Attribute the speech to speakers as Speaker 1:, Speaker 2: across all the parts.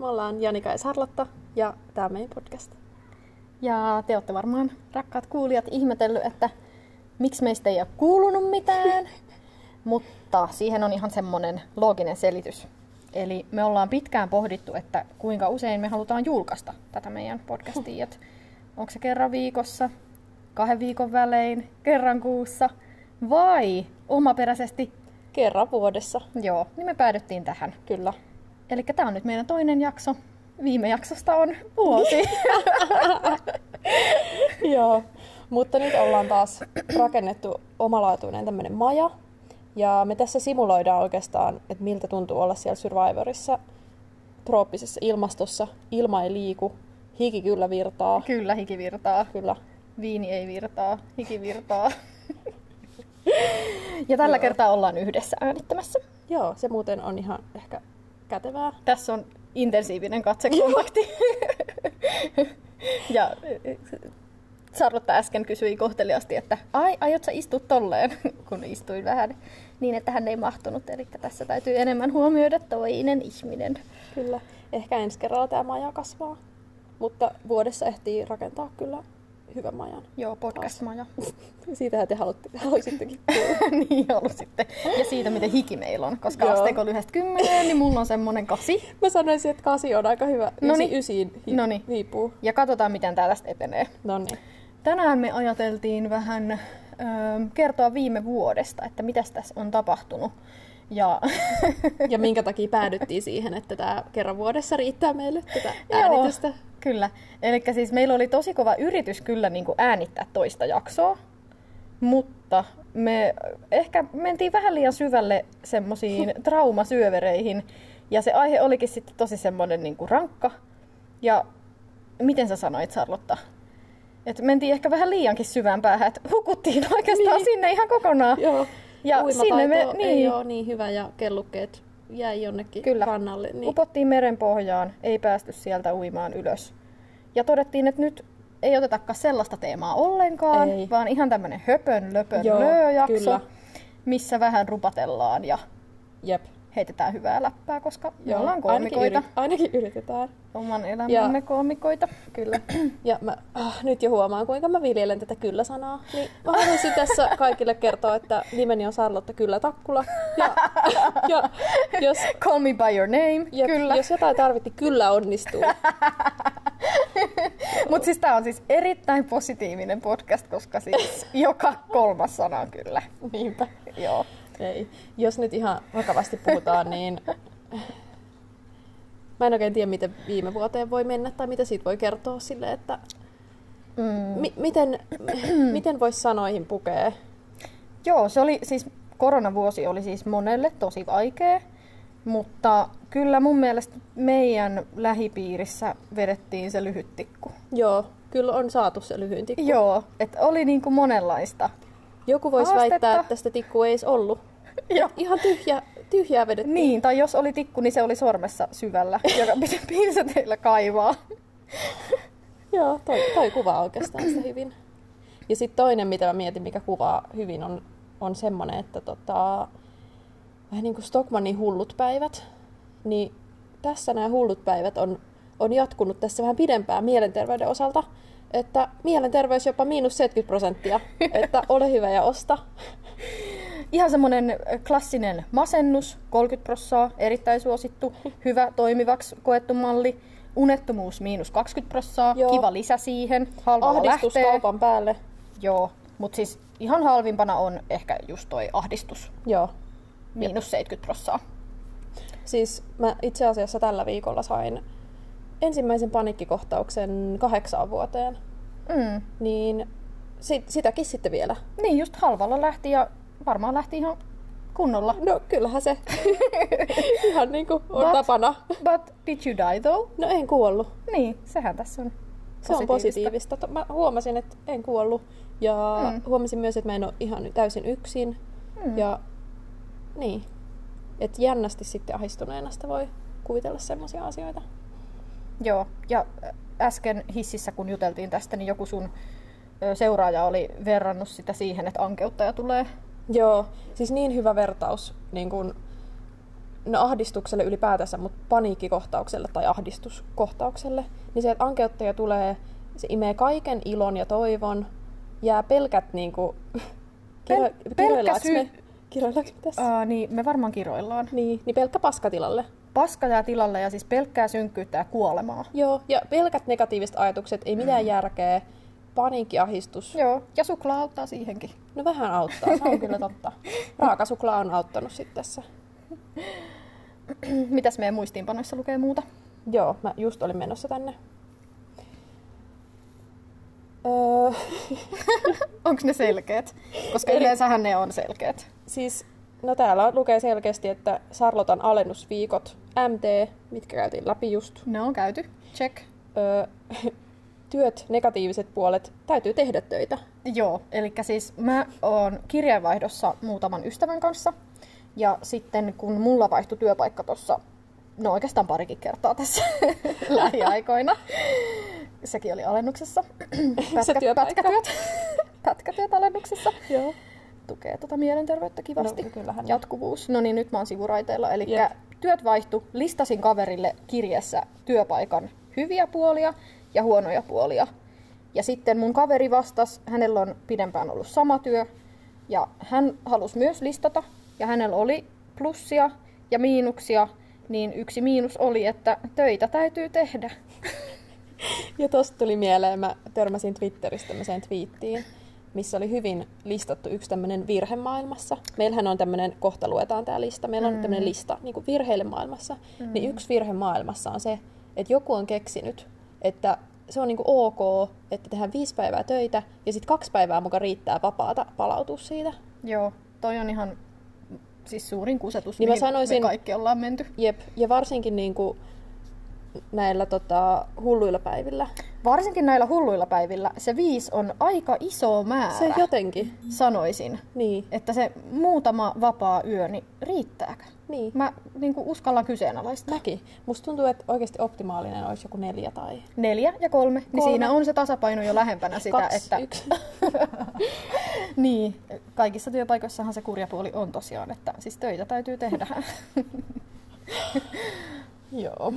Speaker 1: ollaan Janika ja Sarlotta ja tämä on meidän podcast.
Speaker 2: Ja te olette varmaan, rakkaat kuulijat, ihmetellyt, että miksi meistä ei ole kuulunut mitään. Mutta siihen on ihan semmoinen looginen selitys. Eli me ollaan pitkään pohdittu, että kuinka usein me halutaan julkaista tätä meidän podcastia. Et Onko se kerran viikossa, kahden viikon välein, kerran kuussa vai omaperäisesti?
Speaker 1: Kerran vuodessa,
Speaker 2: Joo, niin me päädyttiin tähän.
Speaker 1: kyllä.
Speaker 2: Eli tämä on nyt meidän toinen jakso. Viime jaksosta on vuosi.
Speaker 1: Joo. Mutta nyt ollaan taas rakennettu omalaatuinen tämmöinen maja. Ja me tässä simuloidaan oikeastaan, että miltä tuntuu olla siellä Survivorissa trooppisessa ilmastossa. Ilma ei liiku, hiki kyllä virtaa.
Speaker 2: Kyllä, hikivirtaa.
Speaker 1: Kyllä.
Speaker 2: Viini ei virtaa, hiki virtaa. ja tällä Joo. kertaa ollaan yhdessä äänittämässä.
Speaker 1: Joo, se muuten on ihan ehkä kätevää.
Speaker 2: Tässä on intensiivinen katsekontakti. ja Sarlotta äsken kysyi kohteliasti, että ai, aiot sä istua tolleen, kun istuin vähän niin, että hän ei mahtunut. Eli tässä täytyy enemmän huomioida toinen ihminen.
Speaker 1: Kyllä. Ehkä ensi kerralla tämä maja kasvaa. Mutta vuodessa ehtii rakentaa kyllä hyvän majan.
Speaker 2: Joo, podcast-maja.
Speaker 1: Siitähän te haluatte, haluaisittekin kuulla.
Speaker 2: niin ollut sitten. Ja siitä, miten hiki meillä on. Koska
Speaker 1: Joo.
Speaker 2: asteikolla yhdestä kymmeneen, niin mulla on semmonen kasi.
Speaker 1: Mä sanoisin, että kasi on aika hyvä.
Speaker 2: No
Speaker 1: Ysi,
Speaker 2: niin.
Speaker 1: ysiin hi-
Speaker 2: No niin.
Speaker 1: viipuu.
Speaker 2: Ja katsotaan, miten tää tästä etenee.
Speaker 1: No niin.
Speaker 2: Tänään me ajateltiin vähän ö, kertoa viime vuodesta, että mitä tässä on tapahtunut. Ja
Speaker 1: Ja minkä takia päädyttiin siihen, että tämä kerran vuodessa riittää meille tätä äänitystä.
Speaker 2: Joo, kyllä. Eli siis meillä oli tosi kova yritys kyllä niin kuin äänittää toista jaksoa, mutta me ehkä mentiin vähän liian syvälle semmoisiin traumasyövereihin. Ja se aihe olikin sitten tosi semmoinen niin kuin rankka. Ja miten sä sanoit, Sarlotta? Että mentiin ehkä vähän liiankin syvään päähän, että hukuttiin oikeastaan
Speaker 1: Niin.
Speaker 2: niin. sinne ihan kokonaan.
Speaker 1: Joo.
Speaker 2: Ja
Speaker 1: Uimataito
Speaker 2: sinne me-
Speaker 1: ei
Speaker 2: niin.
Speaker 1: ole niin hyvä ja kellukkeet jäi jonnekin
Speaker 2: Kyllä.
Speaker 1: rannalle.
Speaker 2: Niin.
Speaker 1: Niin.
Speaker 2: Upottiin meren pohjaan, ei päästy sieltä uimaan ylös. Ja todettiin, että nyt ei otetakaan sellaista teemaa ollenkaan,
Speaker 1: Ei.
Speaker 2: ei. vaan ihan tämmöinen höpön, löpön,
Speaker 1: Joo,
Speaker 2: löö jakso,
Speaker 1: kyllä.
Speaker 2: missä vähän rupatellaan ja
Speaker 1: Jep.
Speaker 2: heitetään hyvää läppää, koska me
Speaker 1: Joo,
Speaker 2: ollaan
Speaker 1: Ainakin,
Speaker 2: koomikoita,
Speaker 1: yrit- ainakin yritetään.
Speaker 2: oman elämämme koomikoita.
Speaker 1: Kyllä. Ja mä ah, nyt jo huomaan, kuinka mä viljelen tätä kyllä-sanaa. Niin mä haluaisin tässä kaikille kertoa, että nimeni on Sarlotta Kyllä Takkula. Ja, ja jos,
Speaker 2: Call me by your name,
Speaker 1: ja,
Speaker 2: kyllä.
Speaker 1: jos jotain tarvittiin, kyllä onnistuu.
Speaker 2: Mutta siis tämä on siis erittäin positiivinen podcast, koska siis joka kolmas sana on kyllä.
Speaker 1: Niinpä.
Speaker 2: Joo.
Speaker 1: Ei. Jos nyt ihan vakavasti puhutaan, niin mä en oikein tiedä, miten viime vuoteen voi mennä tai mitä siitä voi kertoa sille, että
Speaker 2: Mm.
Speaker 1: mi- miten, miten voisi sanoihin pukea.
Speaker 2: Joo, se oli siis, koronavuosi oli siis monelle tosi vaikea, mutta kyllä mun mielestä meidän lähipiirissä vedettiin se lyhyt tikku.
Speaker 1: Joo, kyllä on saatu se lyhyin tikku.
Speaker 2: Joo, että oli niinku monenlaista.
Speaker 1: Joku voisi
Speaker 2: Haastetta.
Speaker 1: väittää, että sitä tikkua ei edes ollut.
Speaker 2: Joo.
Speaker 1: Ihan tyhjä, tyhjää vedettiin.
Speaker 2: Niin, tai jos oli tikku, niin se oli sormessa syvällä, joka piti pinseteillä kaivaa.
Speaker 1: Joo, toi, toi kuvaa oikeastaan sitä hyvin. Ja sitten toinen, mitä mä mietin, mikä kuvaa hyvin, on, on semmoinen, että tota, vähän niin kuin Stockmannin hullut päivät, niin tässä nämä hullut päivät on, on jatkunut tässä vähän pidempään mielenterveyden osalta, että mielenterveys jopa miinus 70 prosenttia, että ole hyvä ja osta.
Speaker 2: Ihan semmoinen klassinen masennus, 30 prossaa, erittäin suosittu, hyvä toimivaksi koettu malli. Unettomuus miinus 20 prossaa,
Speaker 1: Joo.
Speaker 2: kiva lisä siihen, halvalla
Speaker 1: Ahdistus
Speaker 2: lähtee.
Speaker 1: kaupan päälle.
Speaker 2: Joo, mutta siis ihan halvimpana on ehkä just toi ahdistus,
Speaker 1: Joo.
Speaker 2: miinus 70 prossaa.
Speaker 1: Siis mä itse asiassa tällä viikolla sain ensimmäisen paniikkikohtauksen kahdeksaan vuoteen.
Speaker 2: Mm.
Speaker 1: Niin sit, sitäkin sitten vielä.
Speaker 2: Niin, just halvalla lähti ja varmaan lähti ihan kunnolla.
Speaker 1: No kyllähän se ihan niin kuin on
Speaker 2: But-
Speaker 1: tapana.
Speaker 2: But did you die though?
Speaker 1: No en kuollut.
Speaker 2: Niin, sehän tässä on
Speaker 1: Se on positiivista. To- Mä huomasin, että en kuollut. Ja mm.
Speaker 2: Mm.
Speaker 1: huomasin myös, että mä en ole ihan täysin yksin.
Speaker 2: Mm.
Speaker 1: Ja niin. Et jännästi sitten ahistuneena sitä voi kuvitella semmoisia asioita.
Speaker 2: Joo, ja äh, äsken hississä kun juteltiin tästä, niin joku sun ö, seuraaja oli verrannut sitä siihen, että ankeuttaja tulee.
Speaker 1: Joo, siis niin hyvä vertaus. Niin kun, no ahdistukselle ylipäätänsä, mutta paniikkikohtaukselle tai ahdistuskohtaukselle, niin se, että ankeuttaja tulee, se imee kaiken ilon ja toivon, jää pelkät niinku... Kiro,
Speaker 2: pelkkä
Speaker 1: kiroillaanko
Speaker 2: syy-
Speaker 1: me, kiroillaanko me tässä?
Speaker 2: Ää, niin me varmaan kiroillaan.
Speaker 1: Niin, niin pelkkä paskatilalle.
Speaker 2: Paska jää tilalle ja siis pelkkää synkkyyttä ja kuolemaa.
Speaker 1: Joo, ja pelkät negatiiviset ajatukset, ei mitään
Speaker 2: Mm.
Speaker 1: järkeä, paniikkiahistus.
Speaker 2: Joo. Ja suklaa auttaa siihenkin.
Speaker 1: No vähän auttaa, se on kyllä totta. Raakasuklaa on auttanut sitten tässä.
Speaker 2: Mm, Mitäs meidän muistiinpanoissa lukee muuta?
Speaker 1: Joo, mä just olin menossa tänne. Öö,
Speaker 2: Onko ne selkeät? Koska
Speaker 1: Eli-
Speaker 2: yleensähän ne on selkeät.
Speaker 1: siis, no täällä on- lukee selkeästi, että Sarlotan alennusviikot, MT, mitkä käytiin läpi just.
Speaker 2: Ne on käyty. Check.
Speaker 1: Öö, työt, negatiiviset puolet, täytyy tehdä töitä.
Speaker 2: Joo, eli siis mä oon kirjeenvaihdossa muutaman ystävän kanssa. Ja sitten kun mulla vaihtui työpaikka tuossa, no oikeastaan parikin kertaa tässä lähiaikoina. Sekin oli alennuksessa. Pätkä,
Speaker 1: työpaikka.
Speaker 2: pätkätyöt. pätkätyöt alennuksessa.
Speaker 1: Joo.
Speaker 2: Tukee tota mielenterveyttä kivasti.
Speaker 1: No, kyllähän ne.
Speaker 2: Jatkuvuus. No niin, nyt mä oon sivuraiteilla. Eli
Speaker 1: Jep.
Speaker 2: työt vaihtu. Listasin kaverille kirjassa työpaikan hyviä puolia ja huonoja puolia. Ja sitten mun kaveri vastasi, hänellä on pidempään ollut sama työ. Ja hän halusi myös listata. Ja hänellä oli plussia ja miinuksia. Niin yksi miinus oli, että töitä täytyy tehdä.
Speaker 1: Ja tosta tuli mieleen, mä törmäsin Twitteristä tämmöiseen twiittiin, missä oli hyvin listattu yksi tämmöinen virhe maailmassa. Meillähän on tämmöinen, kohta luetaan tämä lista, meillä on mm. tämmöinen lista niin kuin virheille maailmassa. Mm. Niin yksi virhe maailmassa on se, että joku on keksinyt, että se on niin kuin ok, että tehdään viisi päivää töitä ja sitten kaksi päivää muka riittää vapaata palautua siitä.
Speaker 2: Joo, toi on ihan siis suurin kusetus,
Speaker 1: Niin
Speaker 2: niin
Speaker 1: mä
Speaker 2: mihin sanoisin...
Speaker 1: sanoisin-
Speaker 2: me kaikki ollaan menty.
Speaker 1: Jep, ja varsinkin niin kuin näillä tota, hulluilla päivillä.
Speaker 2: Varsinkin näillä hulluilla päivillä se viisi on aika iso määrä,
Speaker 1: Se jotenkin.
Speaker 2: sanoisin.
Speaker 1: Niin,
Speaker 2: Että se muutama vapaa yö, niin riittääkö?
Speaker 1: niin.
Speaker 2: Mä niin kuin uskallan kyseenalaistaa.
Speaker 1: Mäkin. Musta tuntuu, että oikeasti optimaalinen olisi joku neljä tai
Speaker 2: Neljä ja kolme, kolme. niin
Speaker 1: Kolme.
Speaker 2: siinä on se tasapaino jo lähempänä sitä,
Speaker 1: kaksi,
Speaker 2: että
Speaker 1: yksi.
Speaker 2: niin, kaikissa työpaikoissahan se kurjapuoli on tosiaan, että siis töitä täytyy tehdä.
Speaker 1: Joo.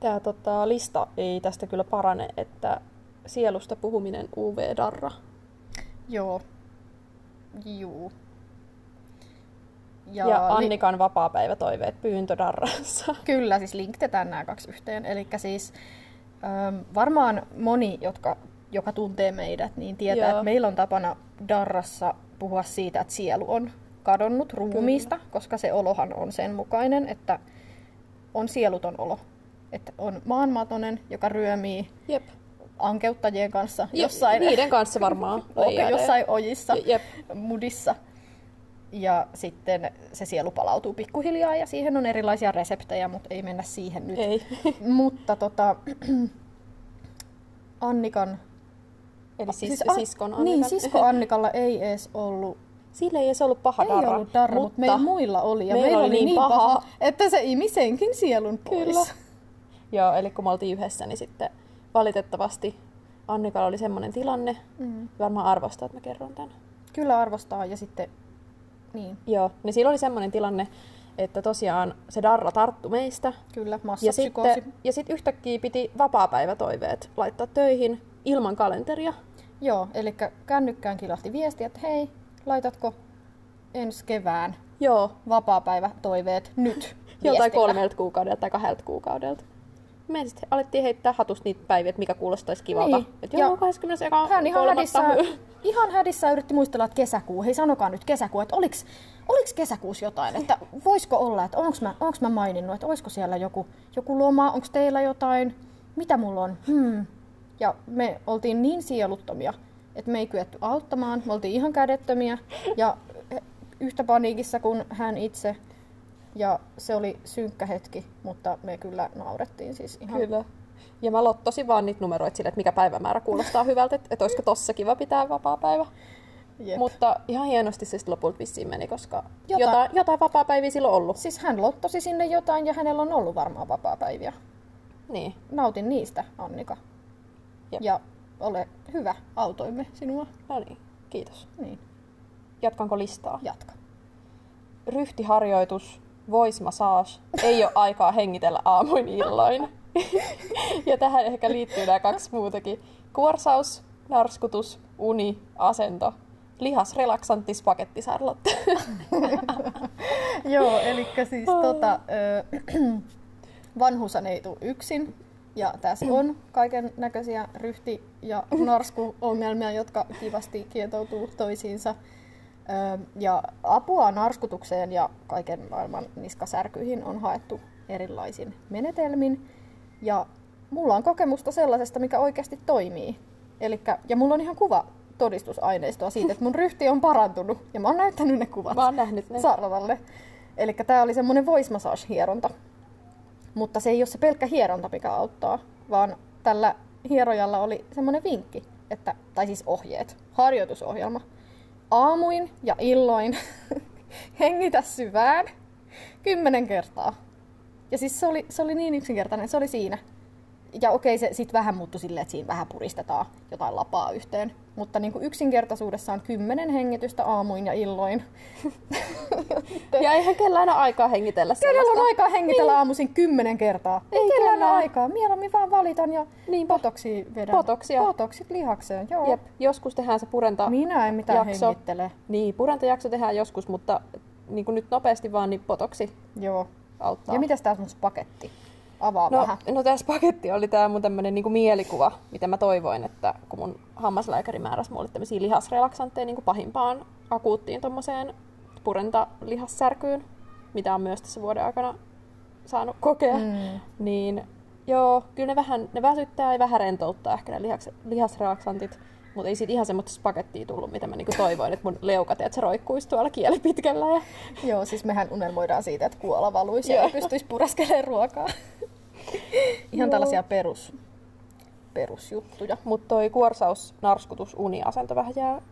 Speaker 1: Tämä tota, lista ei tästä kyllä parane, että sielusta puhuminen UV Darra.
Speaker 2: Joo. Juu.
Speaker 1: Ja,
Speaker 2: niin-
Speaker 1: ja Annikan vapaapäivätoiveet pyyntödarrassa.
Speaker 2: Kyllä, siis linkitetään nämä kaksi yhteen. Eli siis äm, varmaan moni, jotka, joka tuntee meidät, niin tietää,
Speaker 1: Joo.
Speaker 2: että meillä on tapana Darrassa puhua siitä, että sielu on kadonnut ruumiista, Kyllä. koska se olohan on sen mukainen, että on sieluton olo. Että on maanmatonen, joka ryömii
Speaker 1: Jep.
Speaker 2: ankeuttajien kanssa jossain,
Speaker 1: Niiden kanssa varmaan. leijailee.
Speaker 2: jossain ojissa
Speaker 1: Jep.
Speaker 2: mudissa. Ja sitten se sielu palautuu pikkuhiljaa ja siihen on erilaisia reseptejä, mutta ei mennä siihen nyt. Siis
Speaker 1: Ei.
Speaker 2: Mutta tota, Annikan...
Speaker 1: Eli sis, siis,
Speaker 2: An-
Speaker 1: siskon Annikan.
Speaker 2: Niin, sisko Annikalla ei edes ollut
Speaker 1: Sillä ei edes ollut paha
Speaker 2: ei
Speaker 1: darra,
Speaker 2: ollut darra, mutta meillä muilla oli. Ja meillä, oli niin, paha, että se imi senkin sielun pois.
Speaker 1: Kyllä. Joo, eli kun me oltiin yhdessä, niin sitten valitettavasti Annikalla oli semmoinen tilanne.
Speaker 2: Mm.
Speaker 1: Varmaan arvostaa, että mä kerron tämän.
Speaker 2: Kyllä arvostaa ja sitten... Niin,
Speaker 1: Joo, niin silloin oli semmoinen tilanne, että tosiaan se darra tarttu meistä.
Speaker 2: kyllä,
Speaker 1: Ja
Speaker 2: massapsykoosi.
Speaker 1: sitten, ja sitten yhtäkkiä piti vapaapäivätoiveet laittaa töihin ilman kalenteria.
Speaker 2: Joo, eli kännykkään kilahti viesti, että hei, laitatko ensi kevään
Speaker 1: Joo,
Speaker 2: vapaapäivä toiveet nyt
Speaker 1: joltain
Speaker 2: viestillä.
Speaker 1: kolmelta kuukaudelta tai kahdelta kuukaudelta. Me sitten alettiin heittää hatusta niitä päiviä, että mikä kuulostaisi kivalta.
Speaker 2: Niin,
Speaker 1: Niin. Että
Speaker 2: ja
Speaker 1: joo, 21.
Speaker 2: Hän ihan
Speaker 1: kolmatta.
Speaker 2: hädissään, ihan hädissään yritti muistella, että kesäkuu. Hei, sanokaa nyt kesäkuu, että oliks, oliks kesäkuussa jotain, että voisiko olla, että onks mä, onks mä maininnut, että olisiko siellä joku, joku loma, onks teillä jotain, mitä mulla on, hmm. Ja me oltiin niin sieluttomia, että me ei kyetty auttamaan, me oltiin ihan kädettömiä ja yhtä paniikissa kuin hän itse. Ja se oli synkkä hetki, mutta me kyllä naurettiin siis ihan
Speaker 1: Kyllä. Ja mä lottosin vaan niitä numeroita sille, että mikä päivämäärä kuulostaa hyvältä, että, että olisiko tossa kiva pitää vapaa-päivä.
Speaker 2: Jep.
Speaker 1: Mutta ihan hienosti se sitten lopulta vissiin meni, koska jotain,
Speaker 2: Jota-
Speaker 1: jotain, jotain vapaa-päiviä silloin ollut.
Speaker 2: Siis hän lottosi sinne jotain ja hänellä on ollut varmaan vapaa-päiviä.
Speaker 1: Niin.
Speaker 2: Nautin niistä, Annika.
Speaker 1: Jep.
Speaker 2: Ja ole hyvä, autoimme sinua.
Speaker 1: No niin, kiitos.
Speaker 2: Niin,
Speaker 1: Jatkanko listaa?
Speaker 2: jatka.
Speaker 1: ryhtiharjoitus, voice massage, ei ole aikaa hengitellä aamuin illoin. ja tähän ehkä liittyy nämä kaksi muutakin. Kuorsaus, narskutus, uni, asento, lihas relaksantis pakettisarlotta.
Speaker 2: Joo, eli siis tota, ö, vanhusan ei tule yksin. Ja tässä on kaiken näköisiä ryhti- ja narskuongelmia, jotka kivasti kietoutuu toisiinsa. Ö, ja apua narskutukseen ja kaiken maailman niskasärkyihin on haettu erilaisin menetelmin. Ja mulla on kokemusta sellaisesta, mikä oikeasti toimii. Elikkä, ja mulla on ihan kuva todistusaineistoa siitä, että mun ryhti on parantunut. Ja mä oon näyttänyt ne kuvat
Speaker 1: Mä oon nähnyt ne.
Speaker 2: Sarvalle. Eli tämä oli semmoinen voice massage hieronta. Mutta se ei ole se pelkkä hieronta, mikä auttaa, vaan tällä hierojalla oli semmoinen vinkki, että, tai siis ohjeet, harjoitusohjelma. Aamuin ja illoin hengitä syvään kymmenen kertaa. Ja siis se oli, se oli niin yksinkertainen, se oli siinä. Ja okei, se sitten vähän muuttui silleen, että siinä vähän puristetaan jotain lapaa yhteen. Mutta niin kuin yksinkertaisuudessaan kymmenen hengitystä aamuin ja illoin.
Speaker 1: ja eihän kellään ole aikaa hengitellä
Speaker 2: Kenellä
Speaker 1: sellaista.
Speaker 2: on aikaa hengitellä niin. aamuisin kymmenen kertaa? Ei,
Speaker 1: Ei
Speaker 2: kellään ole
Speaker 1: kellään.
Speaker 2: aikaa. Mieluummin vaan valitan ja niin potoksia vedän.
Speaker 1: Potoksia.
Speaker 2: Potoksit lihakseen, joo.
Speaker 1: Jep, joskus tehdään se purenta.
Speaker 2: Minä en mitään
Speaker 1: Jakso.
Speaker 2: hengittele.
Speaker 1: Niin, purentajakso tehdään joskus, mutta niin kuin nyt nopeasti vaan, niin potoksi
Speaker 2: Joo.
Speaker 1: auttaa.
Speaker 2: Ja mitäs tää sun paketti? Avaa
Speaker 1: no,
Speaker 2: vähän.
Speaker 1: no tässä paketti oli tämä mun tämmöinen niinku mielikuva, mitä mä toivoin, että kun mun hammaslääkäri määräsi mulle tämmöisiä lihasrelaksantteja niinku pahimpaan akuuttiin tommoseen purentalihassärkyyn, mitä on myös tässä vuoden aikana saanut kokea,
Speaker 2: Mm.
Speaker 1: niin joo, kyllä ne vähän ne väsyttää ja vähän rentouttaa ehkä ne lihaks, lihasrelaksantit, mutta ei siitä ihan semmoista pakettia tullut, mitä mä niinku toivoin, että mun leukat, että se roikkuisi tuolla kieli pitkällä ja
Speaker 2: Joo, siis mehän unelmoidaan siitä, että kuola valuisi ja
Speaker 1: Joo.
Speaker 2: ei pystyisi pureskelemaan ruokaa. Ihan
Speaker 1: Joo.
Speaker 2: tällaisia perus, perusjuttuja.
Speaker 1: Mutta toi kuorsaus, narskutus, uniasento vähän jää.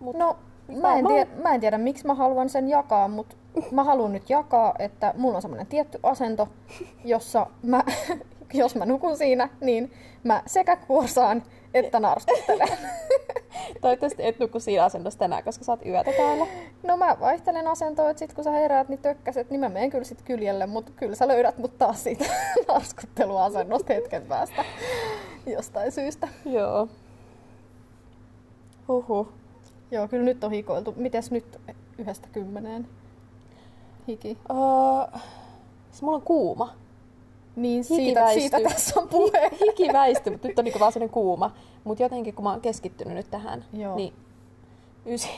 Speaker 1: Mut
Speaker 2: No, mä en,
Speaker 1: varmaan-
Speaker 2: tiedä, mä en tiedä, miksi mä haluan sen jakaa, mutta mä haluan nyt jakaa, että mulla on semmoinen tietty asento, jossa mä, jos mä nukun siinä, niin mä sekä kuorsaan että narskuttelen.
Speaker 1: Toivottavasti et nuku siinä asennossa tänään, koska sä oot yötä täällä.
Speaker 2: No mä vaihtelen asentoa, että sit kun sä heräät, niin tökkäset, niin mä menen kyllä sit kyljelle, mutta kyllä sä löydät mut taas siitä narskutteluasennosta hetken päästä jostain syystä.
Speaker 1: Joo. Huhu.
Speaker 2: Joo, kyllä nyt on hikoiltu. Mites nyt yhdestä kymmeneen hiki?
Speaker 1: Öö, siis mulla on kuuma.
Speaker 2: Niin
Speaker 1: Hiki
Speaker 2: siitä,
Speaker 1: väistyy.
Speaker 2: siitä tässä on puhe.
Speaker 1: Hiki väisty, mutta nyt on niinku vaan sellainen kuuma. Mutta jotenkin kun mä oon keskittynyt nyt tähän,
Speaker 2: Joo.
Speaker 1: niin ysi.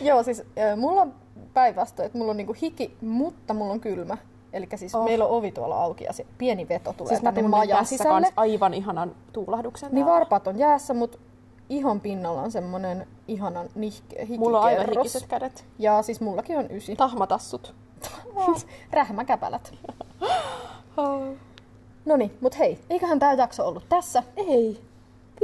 Speaker 2: Joo, siis äh, mulla on päinvastoin, että mulla on niinku hiki, mutta mulla on kylmä. Eli siis oh.
Speaker 1: Oh.
Speaker 2: meillä on ovi tuolla auki ja se pieni veto tulee siis
Speaker 1: Siis mä
Speaker 2: tänne
Speaker 1: tunnen
Speaker 2: majan
Speaker 1: tässä
Speaker 2: sisälle.
Speaker 1: kans aivan ihanan tuulahduksen.
Speaker 2: Niin
Speaker 1: täällä.
Speaker 2: varpaat on jäässä, mutta ihon pinnalla on semmoinen ihanan nihke,
Speaker 1: Mulla on aivan
Speaker 2: hikikerros.
Speaker 1: hikiset kädet.
Speaker 2: Ja siis mullakin on ysi.
Speaker 1: Tahmatassut.
Speaker 2: Rähmäkäpälät. No niin, mut hei, eiköhän tämä jakso ollut tässä.
Speaker 1: Ei.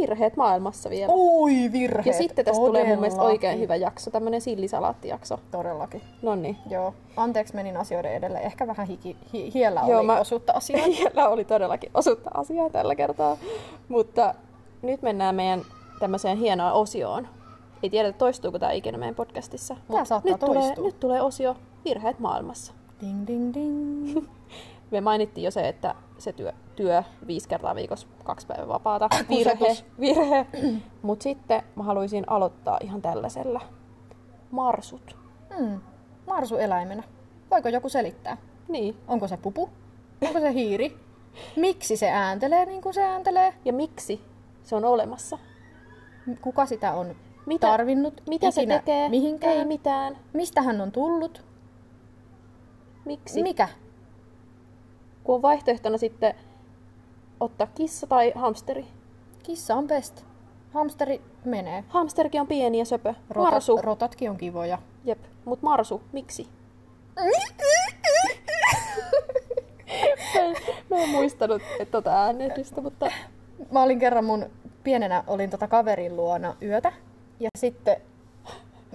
Speaker 1: Virheet maailmassa vielä.
Speaker 2: Oi virheet.
Speaker 1: Ja sitten tästä tulee mun mielestä
Speaker 2: todellakin.
Speaker 1: oikein hyvä jakso, tämmönen sillisalaattijakso.
Speaker 2: Todellakin.
Speaker 1: Nonni.
Speaker 2: Joo, anteeksi menin asioiden edelle. Ehkä vähän hiki, hi, hiellä
Speaker 1: Joo,
Speaker 2: oli
Speaker 1: mä-
Speaker 2: osuutta asiaan.
Speaker 1: Siellä oli todellakin osuutta asiaa tällä kertaa. Mutta nyt mennään meidän tämmöiseen hienoon osioon. Ei tiedetä, toistuuko tämä ikinä meidän podcastissa. mut
Speaker 2: Tää saattaa
Speaker 1: nyt tulee,
Speaker 2: toistua.
Speaker 1: nyt tulee osio Virheet maailmassa.
Speaker 2: ding ding ding.
Speaker 1: Me mainittiin jo se, että se työ, työ viisi kertaa viikossa, kaksi päivää vapaata.
Speaker 2: Kusetus.
Speaker 1: Virhe, virhe. Mutta sitten mä haluaisin aloittaa ihan tällaisella. Marsut.
Speaker 2: Mm. Marsu eläimenä. Voiko joku selittää?
Speaker 1: Niin.
Speaker 2: Onko se pupu? Onko se hiiri? Miksi se ääntelee niin kuin se ääntelee?
Speaker 1: Ja miksi se on olemassa?
Speaker 2: Kuka sitä on
Speaker 1: Mitä-
Speaker 2: tarvinnut?
Speaker 1: Mitä se
Speaker 2: ikinä
Speaker 1: tekee? Ei
Speaker 2: Mihinkään?
Speaker 1: mitään.
Speaker 2: Mistä hän on tullut?
Speaker 1: Miksi?
Speaker 2: Mikä?
Speaker 1: kun on vaihtoehtona sitten ottaa kissa tai hamsteri.
Speaker 2: Kissa on best. Hamsteri menee.
Speaker 1: Hamsterikin on pieni ja söpö. Marsu.
Speaker 2: Rotatkin on kivoja.
Speaker 1: Jep. Mut marsu, miksi? Mä en muistanut että tota äänestystä, mutta
Speaker 2: Mä olin kerran mun pienenä, olin tota kaverin luona yötä. Ja sitten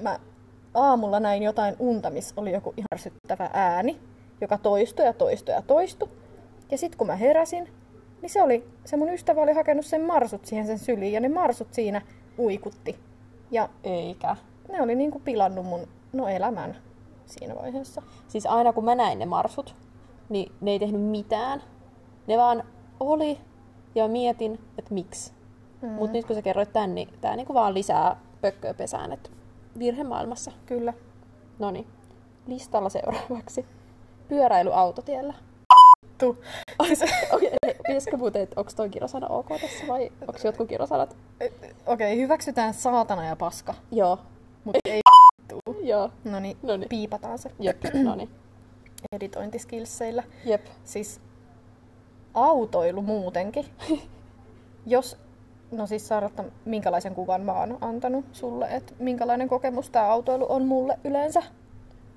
Speaker 2: mä aamulla näin jotain unta, missä oli joku ihan ärsyttävä ääni, joka toistui ja toistui ja toistui. Ja sitten kun mä heräsin, niin se, oli, se mun ystävä oli hakenut sen marsut siihen sen syliin ja ne marsut siinä uikutti. Ja
Speaker 1: eikä.
Speaker 2: ne oli niinku pilannut mun no elämän siinä vaiheessa.
Speaker 1: Siis aina kun mä näin ne marsut, niin ne ei tehnyt mitään. Ne vaan oli ja mietin, että miksi. Mm. Mutta nyt kun sä kerroit tän, niin tää niinku vaan lisää pökköä pesään, että virhe maailmassa.
Speaker 2: Kyllä.
Speaker 1: No niin, listalla seuraavaksi. Pyöräily autotiellä.
Speaker 2: Tu. Siis,
Speaker 1: Okei, okay, pitäisikö muuten, että onko toi kirosana ok tässä vai onko jotkut kirosanat?
Speaker 2: Okei, okay, hyväksytään saatana ja paska,
Speaker 1: Joo,
Speaker 2: mutta ei tuu.
Speaker 1: joo,
Speaker 2: No niin,
Speaker 1: Noniin.
Speaker 2: piipataan se
Speaker 1: jep, no niin,
Speaker 2: editointiskillseillä.
Speaker 1: jep.
Speaker 2: Siis autoilu muutenkin. Jos, no siis Saaratta, minkälaisen kuvan mä oon antanut sulle, että minkälainen kokemus tämä autoilu on mulle yleensä?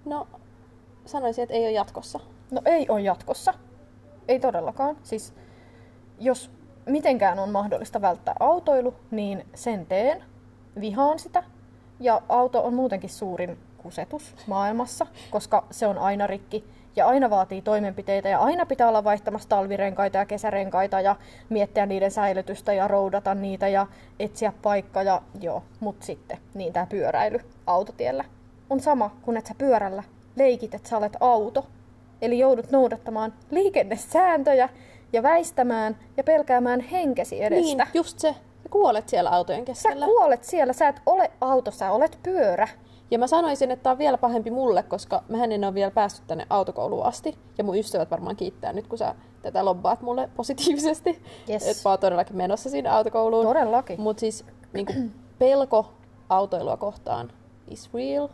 Speaker 1: No, sanoisin, että ei ole jatkossa.
Speaker 2: No ei ole jatkossa. Ei todellakaan. Siis jos mitenkään on mahdollista välttää autoilu, niin sen teen. Vihaan sitä. Ja auto on muutenkin suurin kusetus maailmassa, koska se on aina rikki ja aina vaatii toimenpiteitä ja aina pitää olla vaihtamassa talvirenkaita ja kesärenkaita ja miettiä niiden säilytystä ja roudata niitä ja etsiä paikkaa ja joo, mut sitten niin tämä pyöräily autotiellä on sama kuin että sä pyörällä leikit, että sä olet auto eli joudut noudattamaan liikennesääntöjä ja väistämään ja pelkäämään henkesi edestä.
Speaker 1: Niin, just se. Sä kuolet siellä autojen
Speaker 2: sä
Speaker 1: keskellä.
Speaker 2: kuolet siellä, sä et ole auto, sä olet pyörä.
Speaker 1: Ja mä sanoisin, että tää on vielä pahempi mulle, koska mä en ole vielä päässyt tänne autokouluun asti. Ja mun ystävät varmaan kiittää nyt, kun sä tätä lobbaat mulle positiivisesti.
Speaker 2: Yes.
Speaker 1: Että mä oon todellakin menossa siinä autokouluun.
Speaker 2: Todellakin.
Speaker 1: Mutta siis niin pelko autoilua kohtaan is real.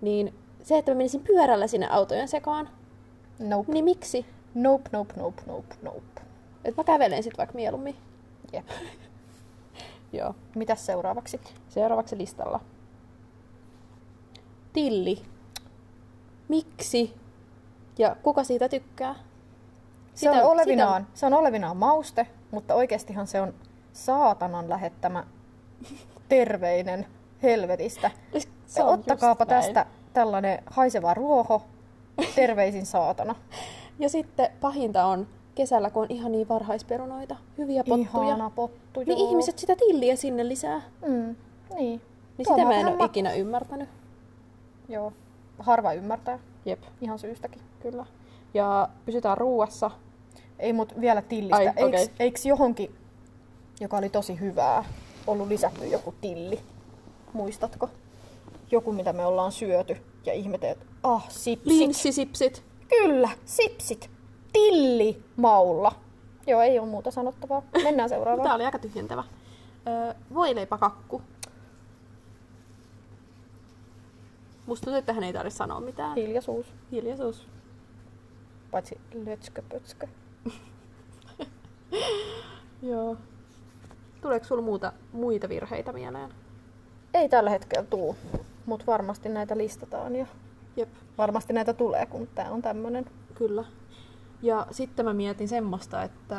Speaker 1: Niin se, että mä menisin pyörällä sinne autojen sekaan,
Speaker 2: Nope,
Speaker 1: niin miksi?
Speaker 2: nope, nope, nope, nope, nope.
Speaker 1: Että mä kävelen sit vaikka mieluummin.
Speaker 2: Jep.
Speaker 1: Joo.
Speaker 2: Mitäs seuraavaksi?
Speaker 1: Seuraavaksi listalla. Tilli. Miksi? Ja kuka siitä tykkää?
Speaker 2: Se on olevinaan, se on olevinaan mauste, mutta oikeastihan se on saatanan lähettämä terveinen helvetistä.
Speaker 1: Sitä,
Speaker 2: Siis Se Ottakaapa
Speaker 1: just näin.
Speaker 2: tästä tällainen haiseva ruoho, terveisin saatana.
Speaker 1: Ja sitten pahinta on kesällä, kun on ihan niin varhaisperunoita, hyviä pottuja.
Speaker 2: Ihana pottu,
Speaker 1: Niin
Speaker 2: joo.
Speaker 1: ihmiset sitä tilliä sinne lisää.
Speaker 2: Mm, niin.
Speaker 1: Niin
Speaker 2: Tuo
Speaker 1: sitä mä en
Speaker 2: vähän
Speaker 1: ole
Speaker 2: ma-
Speaker 1: ikinä ymmärtänyt.
Speaker 2: Joo, harva ymmärtää.
Speaker 1: Jep,
Speaker 2: Ihan syystäkin.
Speaker 1: kyllä. Ja pysytään ruuassa.
Speaker 2: Ei mut vielä tillistä.
Speaker 1: Ai,
Speaker 2: Eiks-
Speaker 1: okei.
Speaker 2: Eiks johonkin, joka oli tosi hyvää, ollut lisätty joku tilli? Muistatko? Joku, mitä me ollaan syöty ja ihmetellyt. Ah, sipsit.
Speaker 1: Niin. Linssisipsit.
Speaker 2: Kyllä, sipsit. Tilli maulla. Joo, ei ole muuta sanottavaa. Mennään
Speaker 1: Tämä
Speaker 2: seuraavaan.
Speaker 1: oli aika tyhjentävä. Öö, voileipäkakku. Musta tuntuu, että tähän ei tarvitse sanoa mitään.
Speaker 2: Hiljaisuus.
Speaker 1: Hiljaisuus.
Speaker 2: Paitsi lötskö pötskö.
Speaker 1: Joo. Tuleeko sulla muuta, muita virheitä mieleen?
Speaker 2: Ei tällä hetkellä tuu, mutta varmasti näitä listataan ja
Speaker 1: Jep,
Speaker 2: varmasti näitä tulee, kun tää on tämmönen
Speaker 1: kyllä. Ja sitten mä mietin semmoista, että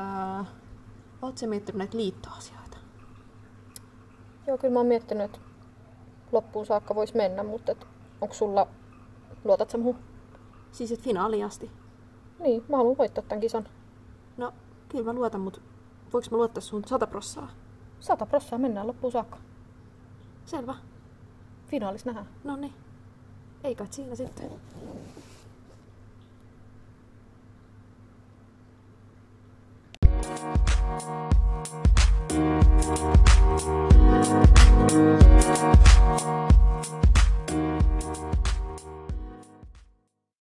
Speaker 1: oot sä miettinyt näitä liittoasioita?
Speaker 2: Joo, kyllä mä oon miettinyt, että loppuun saakka voisi mennä, mutta et, onko sulla, luotat sä muuhun?
Speaker 1: Siis et finaaliin asti.
Speaker 2: Niin, mä haluan voittaa tämän kisan.
Speaker 1: No, kyllä mä luotan, mutta voiko mä luottaa sun 100 prossaa?
Speaker 2: Sata prossaa mennään loppuun saakka.
Speaker 1: Selvä.
Speaker 2: Finaalissa nähdään.
Speaker 1: No niin. Ei kai siinä sitten.